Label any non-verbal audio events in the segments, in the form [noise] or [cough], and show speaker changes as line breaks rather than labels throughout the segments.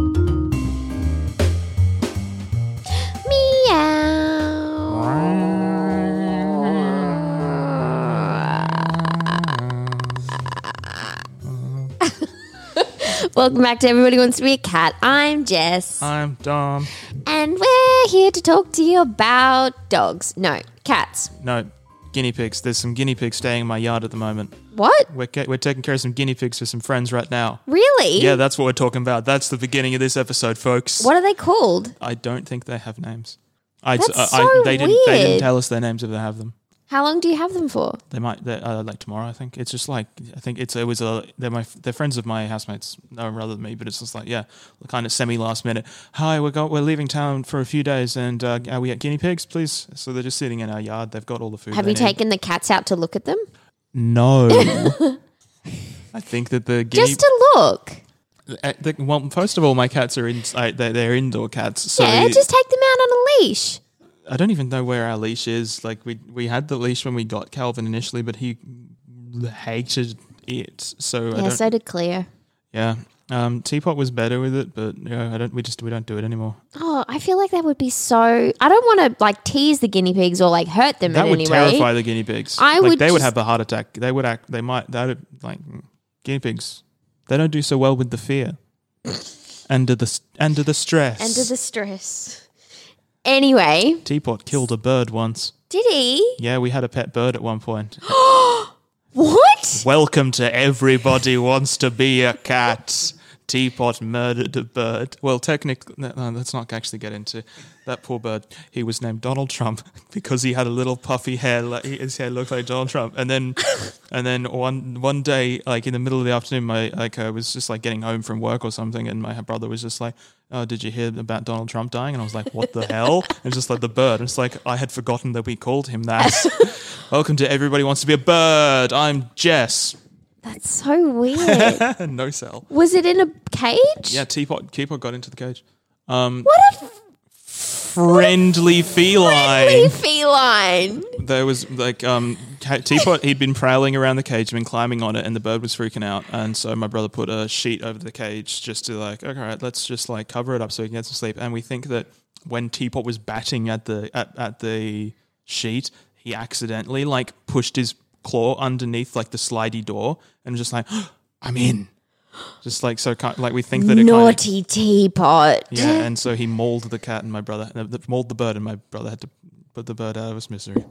[laughs] Welcome back to Everybody Wants to Be a Cat. I'm Jess,
I'm dumb.
and we're here to talk to you about dogs. No, cats.
No, guinea pigs. There's some guinea pigs staying in my yard at the moment.
What?
We're, ca- we're taking care of some guinea pigs for some friends right now.
Really?
Yeah, that's what we're talking about. That's the beginning of this episode, folks.
What are they called?
I don't think they have names. I,
That's
I-
so
they didn't. They didn't
weird.
tell us their names if they have them.
How long do you have them for?
They might. They, uh, like tomorrow, I think. It's just like I think it's it was a. They're my. They're friends of my housemates, no, rather than me. But it's just like yeah, kind of semi last minute. Hi, we're go, we're leaving town for a few days, and uh, are we at guinea pigs, please? So they're just sitting in our yard. They've got all the food.
Have
they
you
need.
taken the cats out to look at them? [laughs]
No. I think that the guinea.
Just to look.
uh, the, well, first of all, my cats are in. I, they're, they're indoor cats, so
yeah, just take them out on a leash.
I don't even know where our leash is. Like we we had the leash when we got Calvin initially, but he hated it. So I
yeah,
don't.
so did Cleo.
yeah. Um, teapot was better with it, but yeah, I don't. We just we don't do it anymore.
Oh, I feel like that would be so. I don't want to like tease the guinea pigs or like hurt them
That
in
would
any
terrify
way.
the guinea pigs.
I
like
would
they would
just-
have a heart attack. They would act. They might. That would- like mm, guinea pigs. They don't do so well with
[laughs]
the fear, and to the s- and to the stress.
Under the stress. Anyway,
teapot killed a bird once.
did he?
Yeah, we had a pet bird at one point.
What?
Welcome to everybody wants to be a cat. Teapot murdered a bird. Well, technically, no, no, let's not actually get into that poor bird. He was named Donald Trump [laughs] because he had a little puffy hair. Like, his hair looked like Donald Trump. And then, [coughs] and then one one day, like in the middle of the afternoon, my like I was just like getting home from work or something, and my brother was just like, "Oh, did you hear about Donald Trump dying?" And I was like, "What the hell?" And just like the bird. It's like I had forgotten that we called him that. Welcome to everybody wants to be a bird. I'm Jess.
That's so
[laughs]
weird.
no cell.
Was it in a cage? [laughs]
Yeah, teapot. Teapot got into the cage. Um,
What a
friendly
friendly
feline.
feline.
There was like um, ca- teapot. He'd been prowling around the cage, been climbing on it, and the bird was freaking out. And so my brother put a sheet over the cage just to like, okay, all right, let's just like cover it up so he can get some sleep. And we think that when teapot was batting at the at, at the sheet, he accidentally like pushed his claw underneath like the slidey door and was just like, I'm in. Just like so, kind like we think that it kind of
Naughty teapot.
Yeah, and so he mauled the cat and my brother, no, the- mauled the bird, and my brother had to put the bird out of his misery.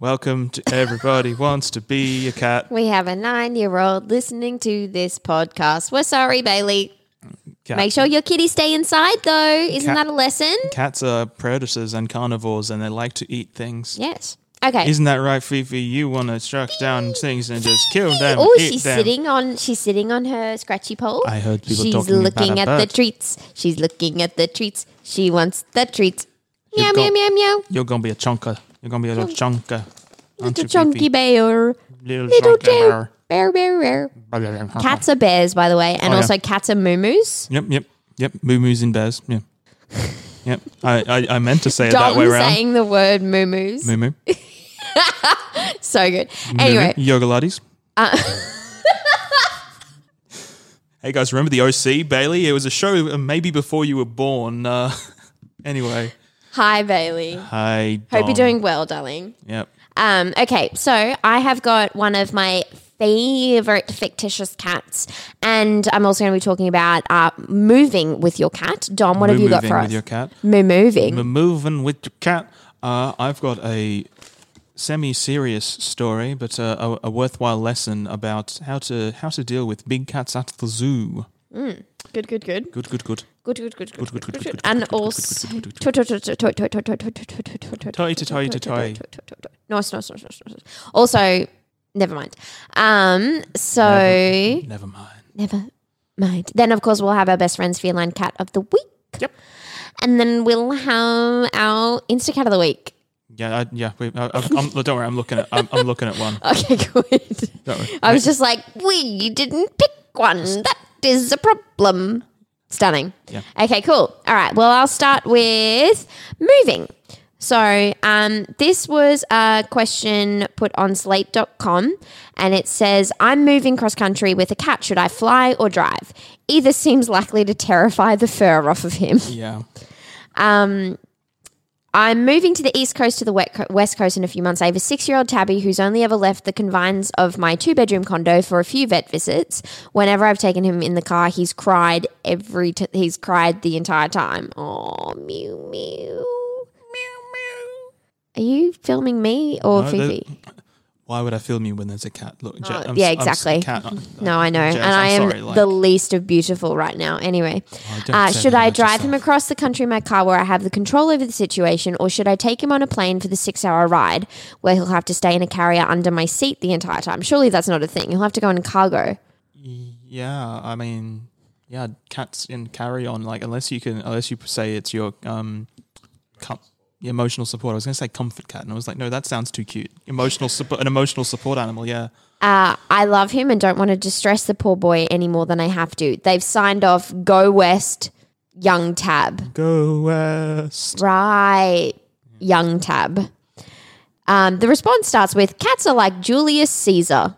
Welcome to
[laughs]
everybody wants to be a cat.
We have a nine year old listening to this podcast. We're sorry, Bailey.
Cat-
Make sure your kitties stay inside, though. Isn't
Cat-
that a lesson?
Cats are predators and carnivores, and they like to eat things.
Yes. Okay.
Isn't that right, Fifi? You want to track down things and just kill them.
Oh,
eat
she's
them.
sitting on she's sitting on her scratchy pole.
I heard people
she's
talking about
looking
a
at the
bird.
treats. She's looking at the treats. She wants the treats. Meow,
You've
meow,
got-
meow, meow.
You're gonna be a chunker. You're gonna be a little chunker. aren't
Little
you,
chunky
Fifi?
bear.
Little,
Little
chunky
bear. Bear, bear, bear.
bear.
Cats are bears, by the way, and
Oh, yeah.
also cats are moo-moos.
Yep, yep, yep. Moo moos and bears.
[laughs]
Yeah, yep. I, I, I meant to say it that
Dom [laughs]
way around.
saying the word moo-moos.
Moo moo.
So good. Anyway,
Maybe. Yoga Lattes.
Uh, [laughs]
hey guys, remember the OC, Bailey? It was a show uh, maybe before you were born. Uh, [laughs] anyway,
hi, Bailey.
hi.
Hope
Dom.
you're doing well, darling.
Yep.
Um, okay, so I have got one of my favorite fictitious cats, and I'm also going to be talking about uh, moving with your cat. Dom, what have you got
Moving
for
with
us?
your cat.
Moo moving.
We're moving with your cat. Uh, I've got a semi-serious story, but uh, a, a worthwhile lesson about how to how to deal with big cats at the zoo.
Good, good, good,
Good, good, good.
good, good, good, good,
good, good, good,
and
good, good,
also
good, good,
toy, toy, toy, toy, toy, toy, toy, toy, toy, toy, toy, toy, toy, toy,
Toy to toy to
toy,
toy.
toy, toy. Nice, nice, nice, nice, nice. Also, Never mind. Um, so
Never, never mind.
Never mind. Then, of course, we'll have our best friend's feline cat of the week.
Yep.
And then we'll have our Insta cat of the week. [laughs]
Yeah, I, yeah. We, I, I've- I'm, don't worry, I'm looking at. I'm, I'm looking at
[laughs]
one.
Okay, good.
Don't worry.
Uh, I was just like, we didn't pick one. That is a problem. Stunning.
Yeah.
Okay, cool. All right. Well, I'll start with moving. So, um, this was a question put on slate.com and it says, I'm moving cross country with a cat. Should I fly or drive? Either seems likely to terrify the fur off of him.
Yeah.
I'm moving to the East Coast to the wet co- West Coast in a few months. I have a six year old tabby who's only ever left the confines of my two bedroom condo for a few vet visits. Whenever I've taken him in the car, he's cried every t- he's cried the entire time. Oh, mew mew mew mew. Are you filming me or
No,
Fifi?
Why would I film you when there's a cat? Look, Je-
Oh,
I'm,
yeah,
s- I'm s-
exactly.
cat, I-
No, I know.
Jess,
and
I'm
I am
sorry, like-
the least of beautiful right now. Anyway,
Oh, don't
uh,
say
should
that
I
about
drive him
yourself.
across the country in my car where I have the control over the situation, or should I take him on a plane for the six hour ride where he'll have to stay in a carrier under my seat the entire time? Surely that's not a thing. He'll have to go in cargo.
Yeah, I mean, yeah, cats in carry on. Like, unless you can, unless you say it's your um, com- emotional support. I was gonna say comfort cat, and I was like, no, that sounds too cute. Emotional support, an emotional support animal. Yeah,
Uh, I love him and don't want to distress the poor boy any more than I have to. They've signed off Go West, Young Tab.
go west.
Right. Young Tab. Um, the response starts with Cats are like Julius Caesar.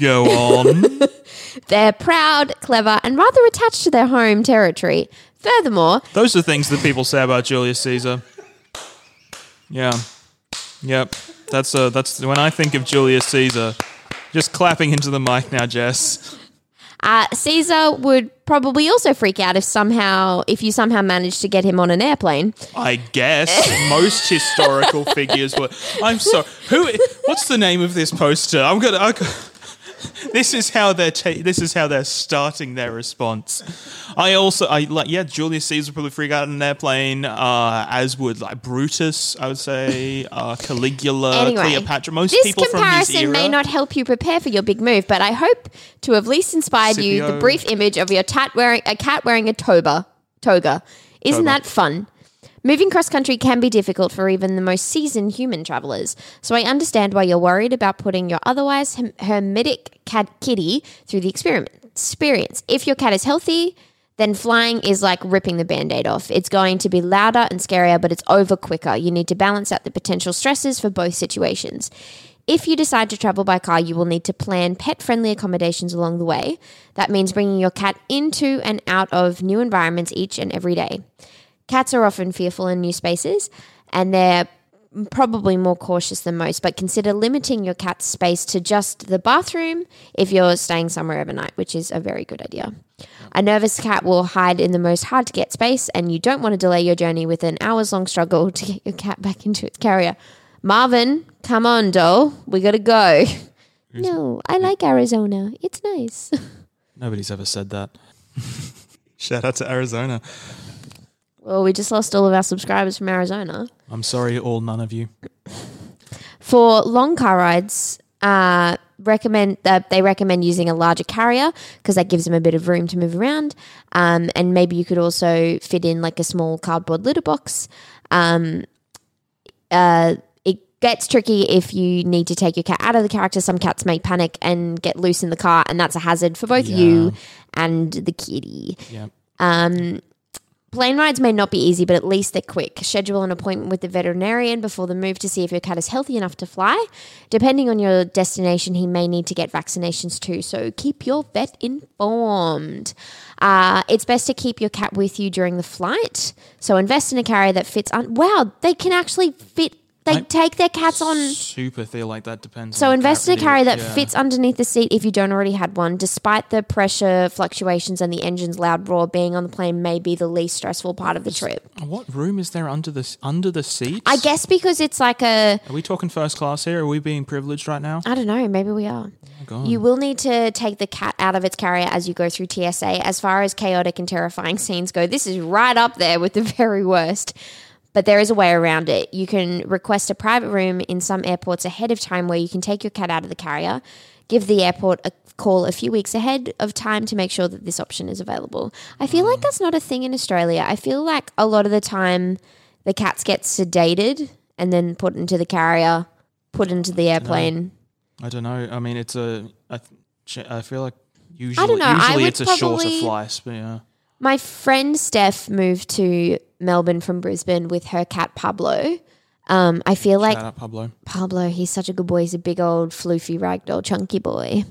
Go on.
They're proud, clever, and rather attached to their home territory. Furthermore,
Those are things that people say about Julius Caesar. Yeah, yep. That's uh, that's when I think of Julius Caesar. Just clapping into the mic now, Jess.
uh, Caesar would probably also freak out if somehow if you somehow managed to get him on an airplane.
I guess
[laughs]
most historical figures were. I'm sorry. Who? What's the name of this poster? I'm gonna. I'm gonna- this is how they're. Ta- this is how they're starting their response. I also. I like. Yeah, Julius Caesar would probably freak out in an airplane. Uh, as would like Brutus. I would say uh, Caligula,
Anyway,
Cleopatra. Most
this
people from his
comparison
era.
may not help you prepare for your big move, but I hope to have at least inspired you the
Scipio.
brief image of your tat wearing a cat wearing a toba toga. Isn't
Toga.
that fun? Moving cross country can be difficult for even the most seasoned human travelers, so I understand why you're worried about putting your otherwise hem- hermetic cat kitty through the experiment experience. If your cat is healthy, then flying is like ripping the band aid off. It's going to be louder and scarier, but it's over quicker. You need to balance out the potential stresses for both situations. If you decide to travel by car, you will need to plan pet friendly accommodations along the way. That means bringing your cat into and out of new environments each and every day. Cats are often fearful in new spaces and they're probably more cautious than most, but consider limiting your cat's space to just the bathroom if you're staying somewhere overnight, which is a very good idea. A nervous cat will hide in the most hard to get space, and you don't want to delay your journey with an hours long struggle to get your cat back into its carrier. Marvin, come on, doll. We gotta go. No, I like Arizona. It's nice.
Nobody's ever said that. [laughs] Shout out to Arizona.
well, we just lost all of our subscribers from Arizona.
I'm sorry, all none of you.
For long car rides, uh, recommend uh, they recommend using a larger carrier because that gives them a bit of room to move around. Um, and maybe you could also fit in like a small cardboard litter box. Um, uh, it gets tricky if you need to take your cat out of the character. Some cats may panic and get loose in the car, and that's a hazard for both you and the kitty.
Yeah.
Plane rides may not be easy, but at least they're quick. Schedule an appointment with the veterinarian before the move to see if your cat is healthy enough to fly. Depending on your destination, he may need to get vaccinations too, so keep your vet informed. Uh, it's best to keep your cat with you during the flight, so invest in a carrier that fits on. Wow, they can actually fit, they
I-
take their cats on.
Super feel like that depends.
So
on the
invest in a
cat, really.
carrier that
Yeah.
fits underneath the seat if you don't already had one. Despite the pressure fluctuations and the engine's loud roar, being on the plane may be the least stressful part of the trip.
What room is there under the under the seats?
I guess because it's like a
Are we talking first class here? Are we being privileged right now?
I don't know, maybe we are.
God.
You will need to take the cat out of its carrier as you go through [laughs] TSA. As far as chaotic and terrifying scenes go, this is right up there with the very worst. But there is a way around it. You can request a private room in some airports ahead of time where you can take your cat out of the carrier. Give the airport a call a few weeks ahead of time to make sure that this option is available. I feel like that's not a thing in Australia. I feel like a lot of the time the cats get sedated and then put into the carrier, put into the airplane.
I don't know. I mean, it's a. I, th- ch- I feel like usually,
know. I
usually
would
it's a shorter
probably-
flight. But yeah.
My friend Steph moved to Melbourne from Brisbane with her cat Pablo. Um, I feel like
Shout out Pablo.
Pablo, he's such a good boy. He's a big old floofy ragdoll chunky boy.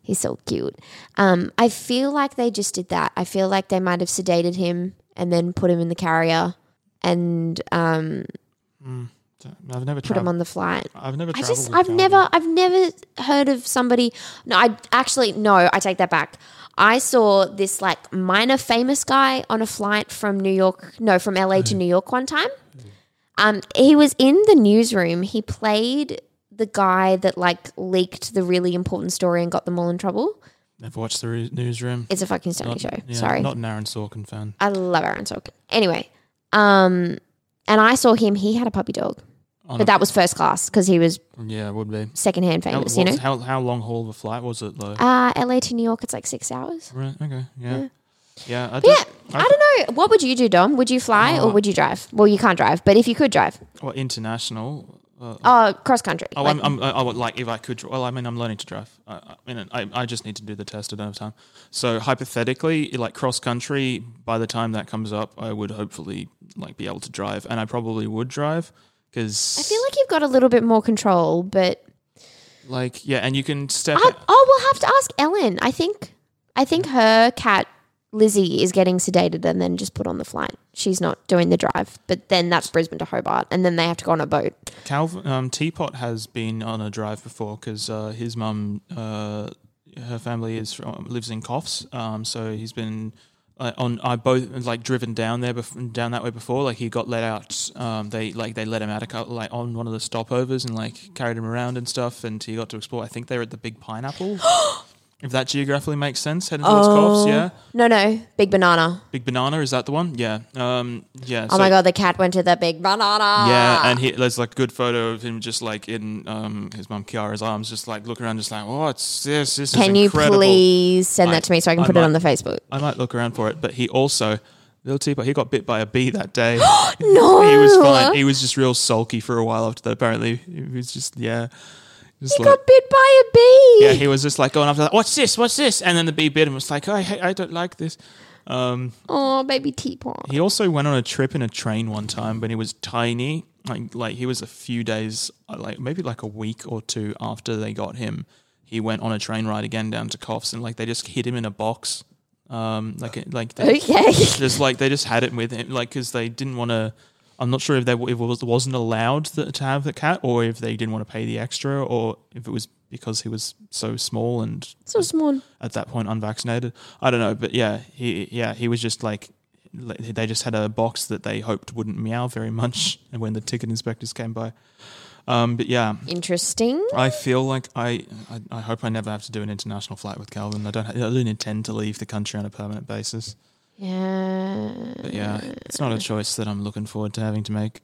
He's so cute. Um, I feel like they just did that. I feel like they might have sedated him and then put him in the carrier and um,
I've never
put him
traveled.
on the flight.
I've never.
I
traveled
just
with
I've
Pablo.
never I've never heard of somebody no I actually no I take that back. I saw this like minor famous guy on a flight from New York no from LA to New York one time. Um he was in the newsroom. He played the guy that like leaked the really important story and got them all in trouble.
Never watched the re- newsroom.
It's a fucking stunning show.
Yeah,
Sorry.
Not an Aaron Sorkin fan.
I love Aaron Sorkin. Anyway, um and I saw him he had a puppy dog.
On a-
But that was first class cuz he was
Yeah, it would be.
secondhand
How,
famous, you
what-
know.
how how long haul of a flight was it though?
Uh, LA to New York, it's like six hours.
right. Okay. Yeah. Yeah. I
Yeah,
just,
I don't know. What would you do, Dom? Would you fly
Oh.
or would you drive? Well, you can't drive, but if you could drive,
well, international. Uh,
oh, cross country.
Oh,
like-
I'm, I'm, I I would like if I could. dr- Well, I mean, I'm learning to drive. I, I mean, I, I just need to do the test. I don't have time. So hypothetically, like cross country, by the time that comes up, I would hopefully like be able to drive, and I probably would drive because
I feel like you've got a little bit more control, but
like, yeah, and you can step.
I,
out-
oh, we'll have to ask Ellen. I think, I think her cat Lizzie is getting sedated and then just put on the flight. She's not doing the drive, but then that's Brisbane to Hobart, and then they have to go on a boat.
Calvin um, Teapot has been on a drive before because uh, his mum, uh, her family is from, lives in Coffs, um, so he's been uh, on. I both like driven down there, bef- down that way before. Like he got let out. Um, they like they let him out a couple, like on one of the stopovers and like carried him around and stuff, and he got to explore. I think they were at the Big
[gasps]
Pineapple. If that geographically makes sense, heading towards
Oh.
Coffs, yeah.
No, no, big banana.
Big Banana is that the one? Yeah, um, yeah.
Oh my god, the cat went to the big banana.
Yeah, and he, there's like a good photo of him just like in um, his mum Kiara's arms, just like looking around, just like, what's this? This
Can
is
you
incredible.
please send that to me so I can
I
put it
might-
on the Facebook?
I might look around for it, but he also, little teapot, he got bit by a bee
[gasps]
that day.
No,
he was fine. He was just real sulky for a while after that. Apparently, he was just yeah, just like.
got bit by a bee.
yeah, he was just like going after that. What's this? What's this? And then the bee bit him. Was like, I, I I don't like this. Um,
Oh, baby teapot.
He also went on a trip in a train one time, but he was tiny. Like, like he was a few days, uh, like maybe like a week or two after they got him. He went on a train ride again down to Coffs, and like they just hid him in a box. Um, like it- like they,
Okay.
[laughs] just like they just had it with him, like because they didn't want to. I'm not sure if they if it was, wasn't allowed th- to have the cat, or if they didn't want to pay the extra, or if it was because he was so small and
So small.
at that point unvaccinated. I don't know, but yeah, he yeah he was just like li- they just had a box that they hoped wouldn't meow very [laughs] much, and when the ticket inspectors came by, um, but yeah.
Interesting.
I feel like I, I, I hope I never have to do an international flight with Calvin. I don't. I don't intend to leave the country on a permanent basis.
Yeah.
But yeah, it's not a choice that I'm looking forward to having to make.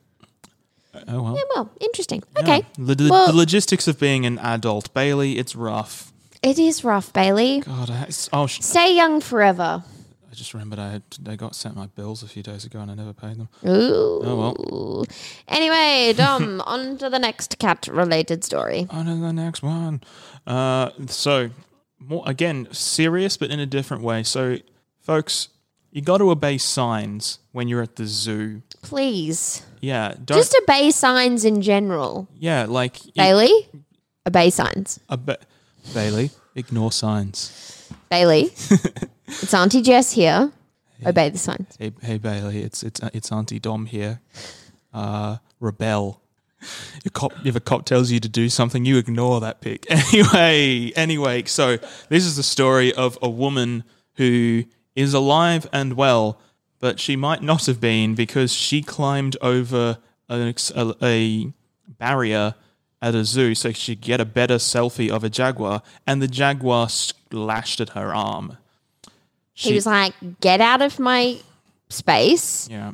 Oh well.
Yeah, well, interesting.
Yeah.
Okay.
The, the-
Well-
the logistics of being an adult, Bailey, it's rough.
It is rough, Bailey.
God, I, it's- oh, sh-
Stay young forever.
I just remembered I had, I got sent my bills a few days ago and I never paid them.
Ooh.
Oh,
Anyway,
[laughs]
Dom, on to the next cat related story.
On to Oh, the next one. Uh, so, more again, serious but in a different way. So, folks, you got to obey signs when you're at the zoo.
Please.
Yeah, don't.
Just obey signs in general.
yeah, like
Bailey? Obey signs.
obe- Bailey, ignore signs. [laughs]
Bailey. it's Auntie Jess here. Obey the signs.
Hey, hey, Bailey, it's it's uh, it's Auntie Dom here. Uh, rebel. Your cop, if a cop tells you to do something, you ignore that pick. [laughs] Anyway, anyway, so this is the story of a woman who is alive and well, but she might not have been because she climbed over an, ex- a, a barrier at a zoo so she could get a better selfie of a jaguar, and the jaguar slashed at her arm.
he was like, get out of my space.
Yeah.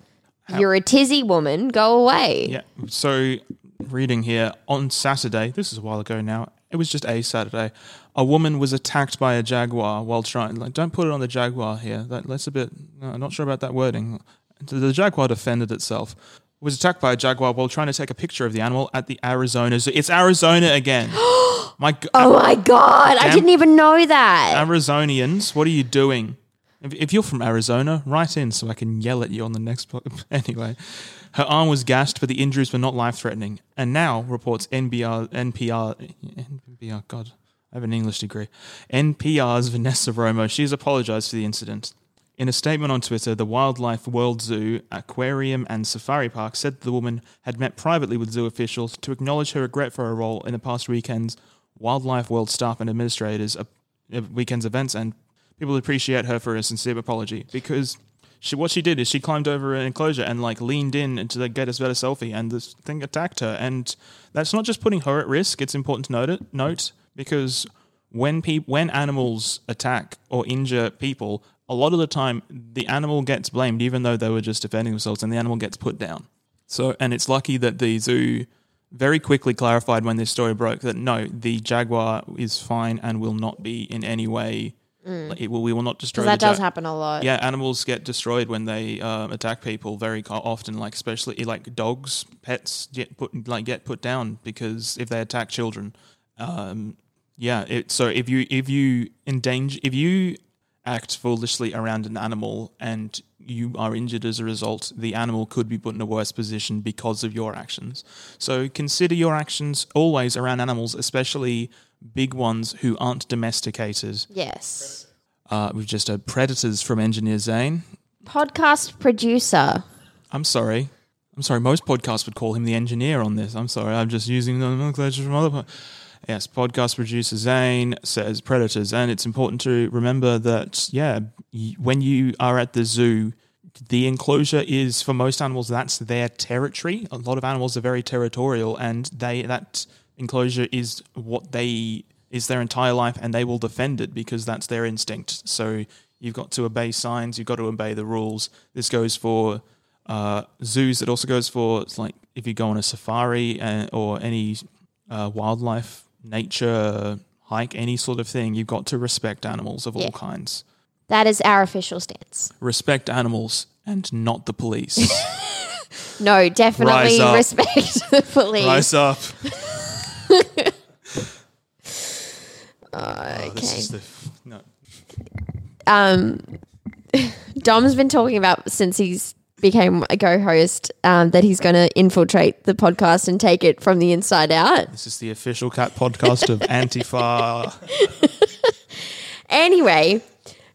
You're a tizzy woman. Go away.
Yeah. So, reading here on Saturday, this is a while ago now. It was just a Saturday. A woman was attacked by a jaguar while trying. Like, don't put it on the jaguar here. That, that's a bit. no, I'm not sure about that wording. The, the jaguar defended itself. Was attacked by a jaguar while trying to take a picture of the animal at the Arizona Zoo. It's Arizona again. [gasps] My g-
Oh my god! I
Damn-
didn't even know that.
Arizonians, what are you doing? If, if you're from Arizona, write in so I can yell at you on the next. Po- [laughs] anyway, her arm was gashed, but the injuries were not life threatening. And now, reports NBR, NPR, NPR, God, I have an English degree. NPR's Vanessa Romo, she's apologized for the incident. In a statement on Twitter, the Wildlife World Zoo, Aquarium, and Safari Park said the woman had met privately with zoo officials to acknowledge her regret for her role in the past weekend's Wildlife World staff and administrators ap- uh, weekend's events, and people appreciate her for her sincere apology because she what she did is she climbed over an enclosure and like leaned in to like, get us better selfie, and this thing attacked her, and that's not just putting her at risk. It's important to note it, note because when peop when animals attack or injure people, a lot of the time the animal gets blamed, even though they were just defending themselves, and the animal gets put down. So, and it's lucky that the zoo very quickly clarified when this story broke that no, the jaguar is fine and will not be in any way. like, It will, we will not destroy.
Mm. that
the
does
ja-
happen a lot.
Yeah, animals get destroyed when they um, attack people very co- often. Like especially like dogs, pets get put like get put down because if they attack children. Um, yeah, it, so if you if you endanger if you act foolishly around an animal and you are injured as a result, the animal could be put in a worse position because of your actions. So consider your actions always around animals, especially big ones who aren't domesticated.
Yes.
Uh, we've just had predators from Engineer Zane.
Podcast producer.
I'm sorry. I'm sorry. Most podcasts would call him the engineer on this. I'm sorry. I'm just using the nomenclature from other. Po- yes, podcast producer Zane says predators, and it's important to remember that yeah, y- when you are at the zoo, the enclosure is for most animals that's their territory. A lot of animals are very territorial, and they that enclosure is what they is their entire life, and they will defend it because that's their instinct. So you've got to obey signs, you've got to obey the rules. This goes for uh, zoos. It also goes for it's like if you go on a safari uh, or any uh, wildlife, nature hike, any sort of thing. You've got to respect animals of all
Yeah.
kinds.
That is our official stance.
Respect animals and not the
[laughs]
police.
No,
Rise
definitely
up.
respect [laughs] the police.
Rise
[laughs]
up.
okay.
Oh, this is the no.
um, Dom's been talking about since he's became a co-host um, that he's going to infiltrate the podcast and take it from the inside out.
This is the official cat podcast
[laughs]
of Antifa.
Anyway,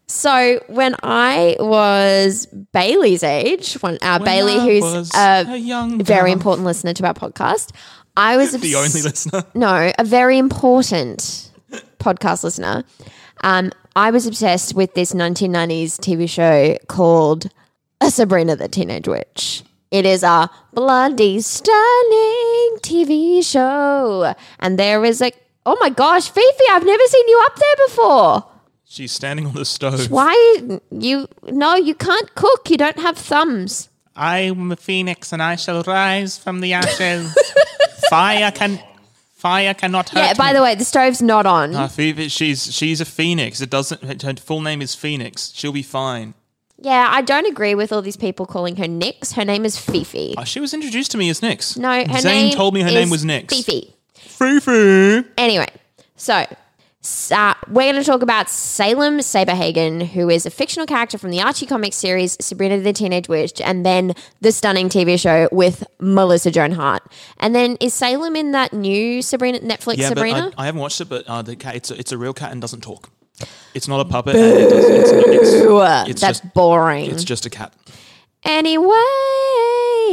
so when I was Bailey's age, one uh, Bailey,
When I
who's
was
a
a young
very
dog.
important listener to our podcast, I
[laughs]
was
Uh-huh. the only listener.
no, a very important podcast listener. Um, I was obsessed with this 1990s TV show called Sabrina the Teenage Witch. It is a bloody stunning TV show. And there is a, oh my gosh, Fifi, I've never seen you up there before.
She's standing on the stove.
Why? You, no, you can't cook. You don't have thumbs.
I'm a phoenix and I shall rise from
[laughs]
the ashes. fire can fire cannot hurt
Yeah, by the way, the stove's not on.
Uh, Phoebe- she's she's a phoenix. It doesn't. Her full name is Phoenix. She'll be fine.
Yeah, I don't agree with all these people calling her Nix. Her name is Fifi.
Uh, she was introduced to me as Nix.
No, her
Zane
name
told me her
is
name was Nix.
Fifi.
Fifi.
Anyway, so s- uh, we're going to talk about Salem Saberhagen, who is a fictional character from the Archie comics series Sabrina the Teenage Witch, and then the stunning TV show with Melissa Joan Hart. And then is Salem in that new Sabrina Netflix
Yeah,
Sabrina?
but I, I haven't watched it. But uh, the cat, it's a, it's a real cat and doesn't talk. It's not a puppet. and it does- it's, not- it's,
Ugh,
it's
that's
just-
boring.
it's just a cat.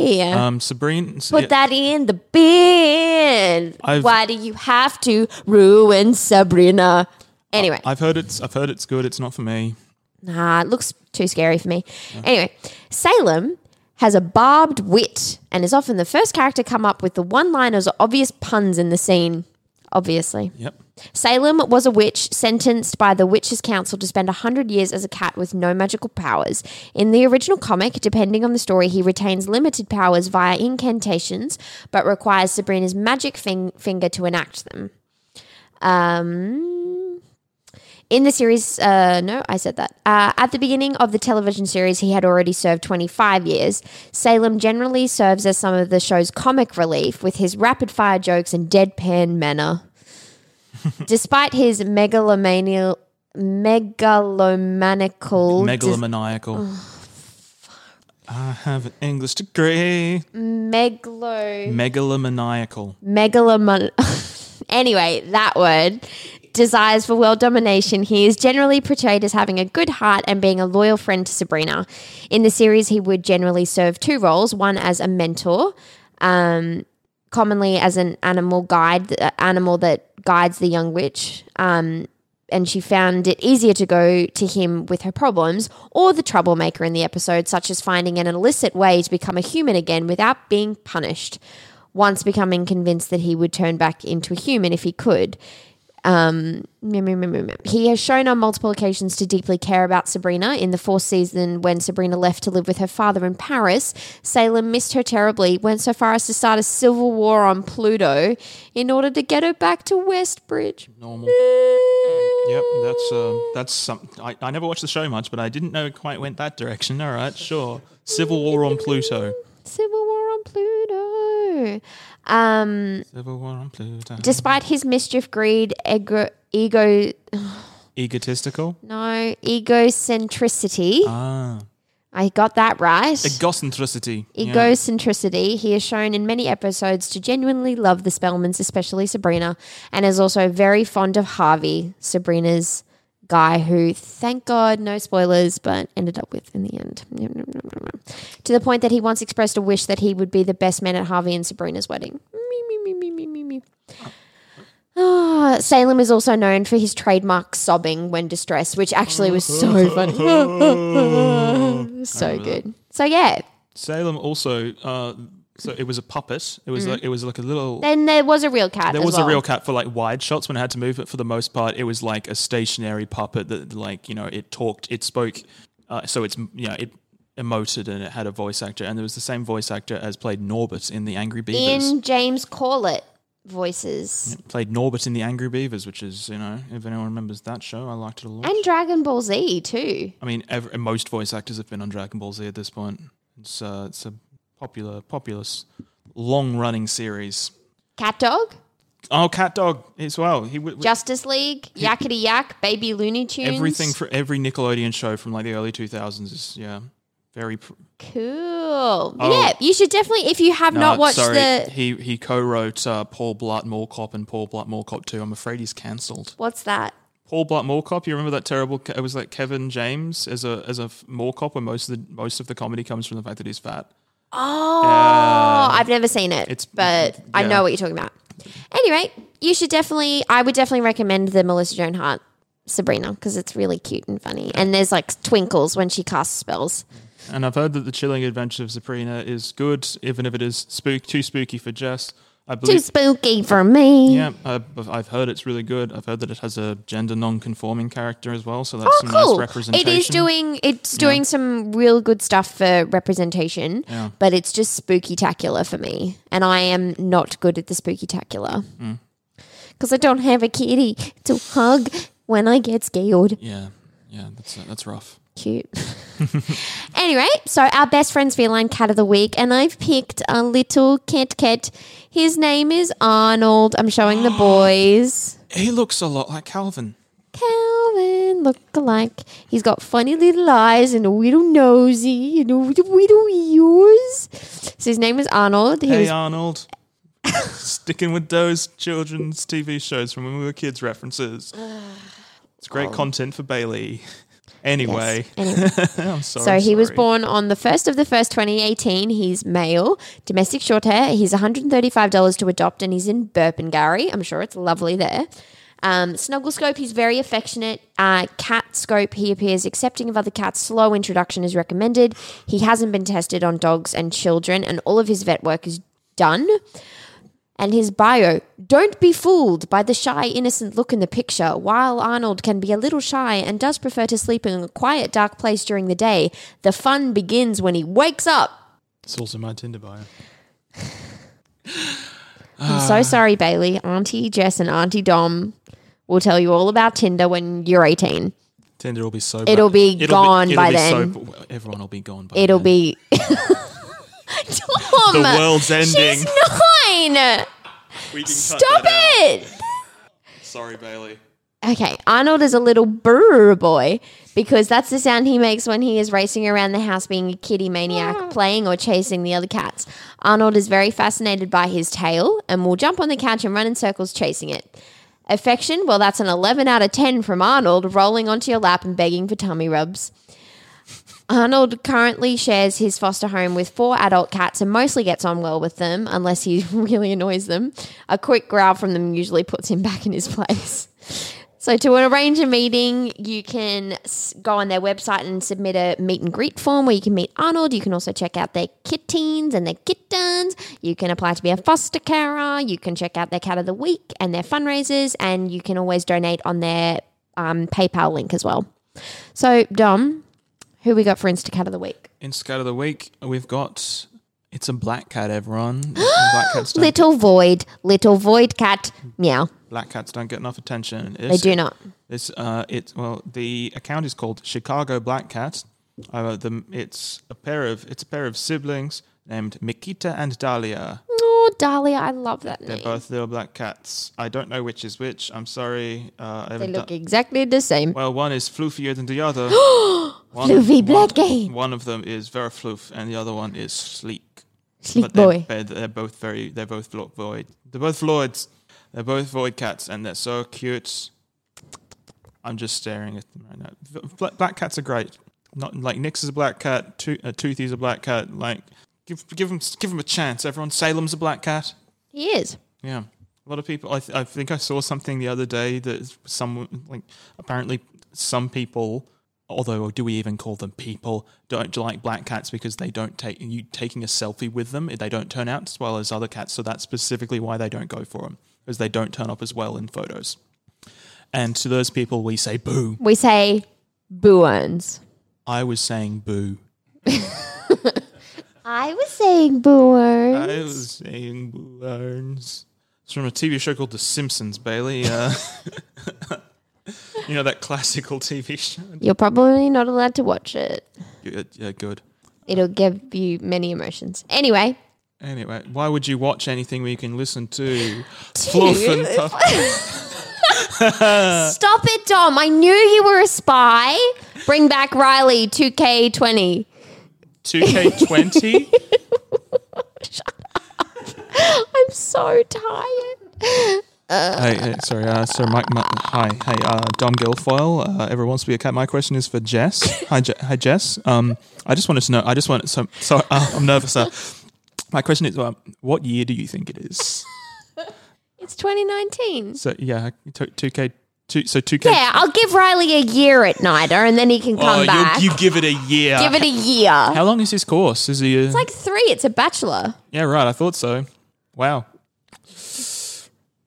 anyway,
Um, Sabrina.
put that in the bin.
I've-
Why do you have to ruin Sabrina? Anyway,
I've heard it's I've heard it's good. It's not for me.
Nah, it looks too scary for me. Anyway, Salem has a barbed wit and is often the first character to come up with the one liners or obvious puns in the scene. obviously.
Yep.
Salem was a witch sentenced by the Witches' Council to spend 100 years as a cat with no magical powers. In the original comic, depending on the story, he retains limited powers via incantations, but requires Sabrina's magic fing- finger to enact them. Um, in the series, uh, no, I said that. Uh, at the beginning of the television series, he had already served 25 years. Salem generally serves as some of the show's comic relief with his rapid fire jokes and deadpan manner. Despite his megalomanial, megalomaniacal,
Megalomaniacal. I have an English degree.
megalo,
Megalomaniacal.
megalomon. [laughs] anyway, that word. Desires for world domination, he is generally portrayed as having a good heart and being a loyal friend to Sabrina. In the series, he would generally serve two roles one as a mentor, um, commonly as an animal guide, uh, animal that guides the young witch, um, and she found it easier to go to him with her problems or the troublemaker in the episode, such as finding an illicit way to become a human again without being punished. Once becoming convinced that he would turn back into a human if he could. Um, mm, mm, mm, mm, mm. he has shown on multiple occasions to deeply care about Sabrina. In the fourth season, when Sabrina left to live with her father in Paris, Salem missed her terribly, went so far as to start a civil war on Pluto in order to get her back to Westbridge.
Normal. Yep, that's uh, that's some. I, I never watched the show much, but I didn't know it quite went that direction. All right, sure. Civil War on Pluto.
Civil War on Pluto. Um,
Civil War on Pluto.
despite his mischief, greed, ego, ego
Egotistical.
no, egocentricity.
Ah,
I got that right.
egocentricity. Yeah.
Egocentricity. He is shown in many episodes to genuinely love the Spellmans, especially Sabrina, and is also very fond of Harvey, Sabrina's guy who, thank God, no spoilers, but ended up with in the end. [laughs] To the point that he once expressed a wish that he would be the best man at Harvey and Sabrina's wedding. Me, me, me, me, me, me, me. Ah, Salem is also known for his trademark sobbing when distressed, which actually was [laughs] so funny. so good. So, yeah.
Salem also. Uh, so it was a puppet. It was like it was like a little.
Then there was a real cat.
There
as
was
well.
a real cat for like wide shots when I had to move it. For the most part, it was like a stationary puppet that, like you know, it talked, it spoke, uh, so it's you know, it emoted and it had a voice actor, and there was the same voice actor as played Norbert in the Angry Beavers.
in James Corlett voices
played Norbert in the Angry Beavers, which is you know, if anyone remembers that show, I liked it a lot.
and Dragon Ball Z too.
I mean, ev most voice actors have been on Dragon Ball Z at this point. It's uh, it's a popular, populous, long running series.
Cat Dog,
Oh, Cat Dog as well. He w-
Justice League, Yakety Yak, Baby Looney Tunes.
Everything for every Nickelodeon show from like the early 2000s is yeah, very. Pr-
cool. Yeah, you should definitely if you have not
Uh,
watched
Oh. sorry,
the
he he co-wrote uh, Paul Blart Mall Cop and Paul Blart Mall Cop 2. I'm afraid he's cancelled.
what's that?
Paul Blart Mall Cop. You remember that terrible? It was like Kevin James as a as a f- mall cop, where most of the most of the comedy comes from the fact that he's fat.
Oh, I've never seen it,
it's-
but I
yeah.
know what you're talking about. Anyway, you should definitely. I would definitely recommend the Melissa Joan Hart Sabrina because it's really cute and funny, and there's like twinkles when she casts spells.
And I've heard that the Chilling Adventure of Sabrina is good, even if it is spook too spooky for Jess. I
Too
believe.
spooky for me.
Yeah, I, I've heard it's really good. I've heard that it has a gender non-conforming character as well, so that's some nice representation.
Oh, It is doing it's doing some real good stuff for representation,
Yeah.
but it's just spooky tacular for me, and I am not good at the spooky tacular
Hmm.
because I don't have a kitty to hug when I get scared.
Yeah, yeah, that's uh, that's rough.
Cute. [laughs] anyway, so our best friends feline cat of the week, and I've picked a little cat cat. His name is Arnold. I'm showing
[gasps]
the boys.
He looks a lot like Calvin.
Calvin look alike. He's got funny little eyes and a little nosy and a little, little ears. So his name is Arnold. He
Hey,
was,
Arnold. [laughs] Sticking with those children's TV shows from when we were kids references. It's great content for Bailey. Anyway,
anyway,
I'm sorry.
so he was
sorry.
born on the 1st of the 1st, 2018. He's male, domestic short hair. He's $135 to adopt and he's in Burpengary. I'm sure it's lovely there. Um, Snuggle Scope, he's very affectionate. Uh, cat Scope, he appears accepting of other cats. Slow introduction is recommended. He hasn't been tested on dogs and children, and all of his vet work is done. And his bio Don't be fooled by the shy, innocent look in the picture. While Arnold can be a little shy and does prefer to sleep in a quiet, dark place during the day, the fun begins when he wakes up.
It's also my Tinder bio.
I'm
Ah.
so sorry, Bailey. Auntie Jess and Auntie Dom will tell you all about Tinder when you're 18.
Tinder will be so.
It'll be gone by then.
So, everyone will be gone by
It'll
then.
be. [laughs] Tom!
The world's ending.
She's nine!
We can cut
Stop
that out.
it!
Sorry, Bailey.
Okay, Arnold is a little brr boy because that's the sound he makes when he is racing around the house being a kitty maniac, playing or chasing the other cats. Arnold is very fascinated by his tail and will jump on the couch and run in circles chasing it. Affection, well, that's an 11 out of 10 from Arnold, rolling onto your lap and begging for tummy rubs. Arnold currently shares his foster home with four adult cats and mostly gets on well with them, unless he [laughs] really annoys them. A quick growl from them usually puts him back in his place. So, to arrange a meeting, you can s- go on their website and submit a meet and greet form where you can meet Arnold. You can also check out their kittens and their kittens. You can apply to be a foster carer. You can check out their cat of the week and their fundraisers. And you can always donate on their um, PayPal link as well. So, Dom, who we got for Instacat of the week?
In scout of the week, we've got. It's a black cat, everyone.
[gasps]
black cats don't.
Little Void, Little Void Cat, meow.
black cats don't get enough attention.
They
It's-
do not.
This uh, it well, the account is called Chicago Black Cat. Uh, the, it's a pair of it's a pair of siblings named Mikita and Dahlia.
Oh, Dahlia, I love that
They're
name.
both little black cats. I don't know which is which. I'm sorry. Uh, I
They
haven't
look
done-
exactly the same.
well, one is floofier than
[gasps]
the other. one,
Floofy black
one,
cat.
one of them is very floof, and the other one is sleek.
Sleek
they're,
boy.
They're, they're both very. They're both lo- void. They're both voids. They're both void cats, and they're so cute. I'm just staring at them right now. V- Black, black cats are great. Not like Nix is a black cat. To, uh, Toothy's a black cat. Like give give them give them a chance. Everyone, Salem's a black cat.
He is.
Yeah, a lot of people. I, th- I think I saw something the other day that some like apparently some people. Although, do we even call them people? Don't like black cats because they don't take you taking a selfie with them. They don't turn out as well as other cats, so that's specifically why they don't go for them because they don't turn up as well in photos. And to those people, we say boo.
We say booans.
I was saying boo.
I was saying booans.
I was saying boo. Burns. It's from a TV show called The Simpsons, Bailey. Uh, [laughs] you know that classical TV show.
You're probably not allowed to watch it.
Yeah, yeah, good.
It'll give you many emotions. Anyway,
Anyway, why would you watch anything where you can listen to fluff and puff? Uh,
stop it, Dom. I knew you were a spy. Bring back Riley 2K20.
2K20?
I'm so tired.
hey, hey, sorry, uh, Sir Mike. Ma- hi, hey, uh, Dom Guilfoyle. Uh, everyone wants to be a cat. My question is for Jess. Hi, Je- hi, Jess. Um, I just wanted to know. I just wanted. So, so uh, I'm nervous. Uh, my question is, um, what year do you think it is?
It's 2019.
So yeah, two K two. So two K.
Yeah, I'll give Riley a year at NIDA and then he can come back.
you Oh, give it a year.
give it a year.
How long is his course? Is he? A,
Like three, it's a bachelor.
yeah, right. I thought so. Wow.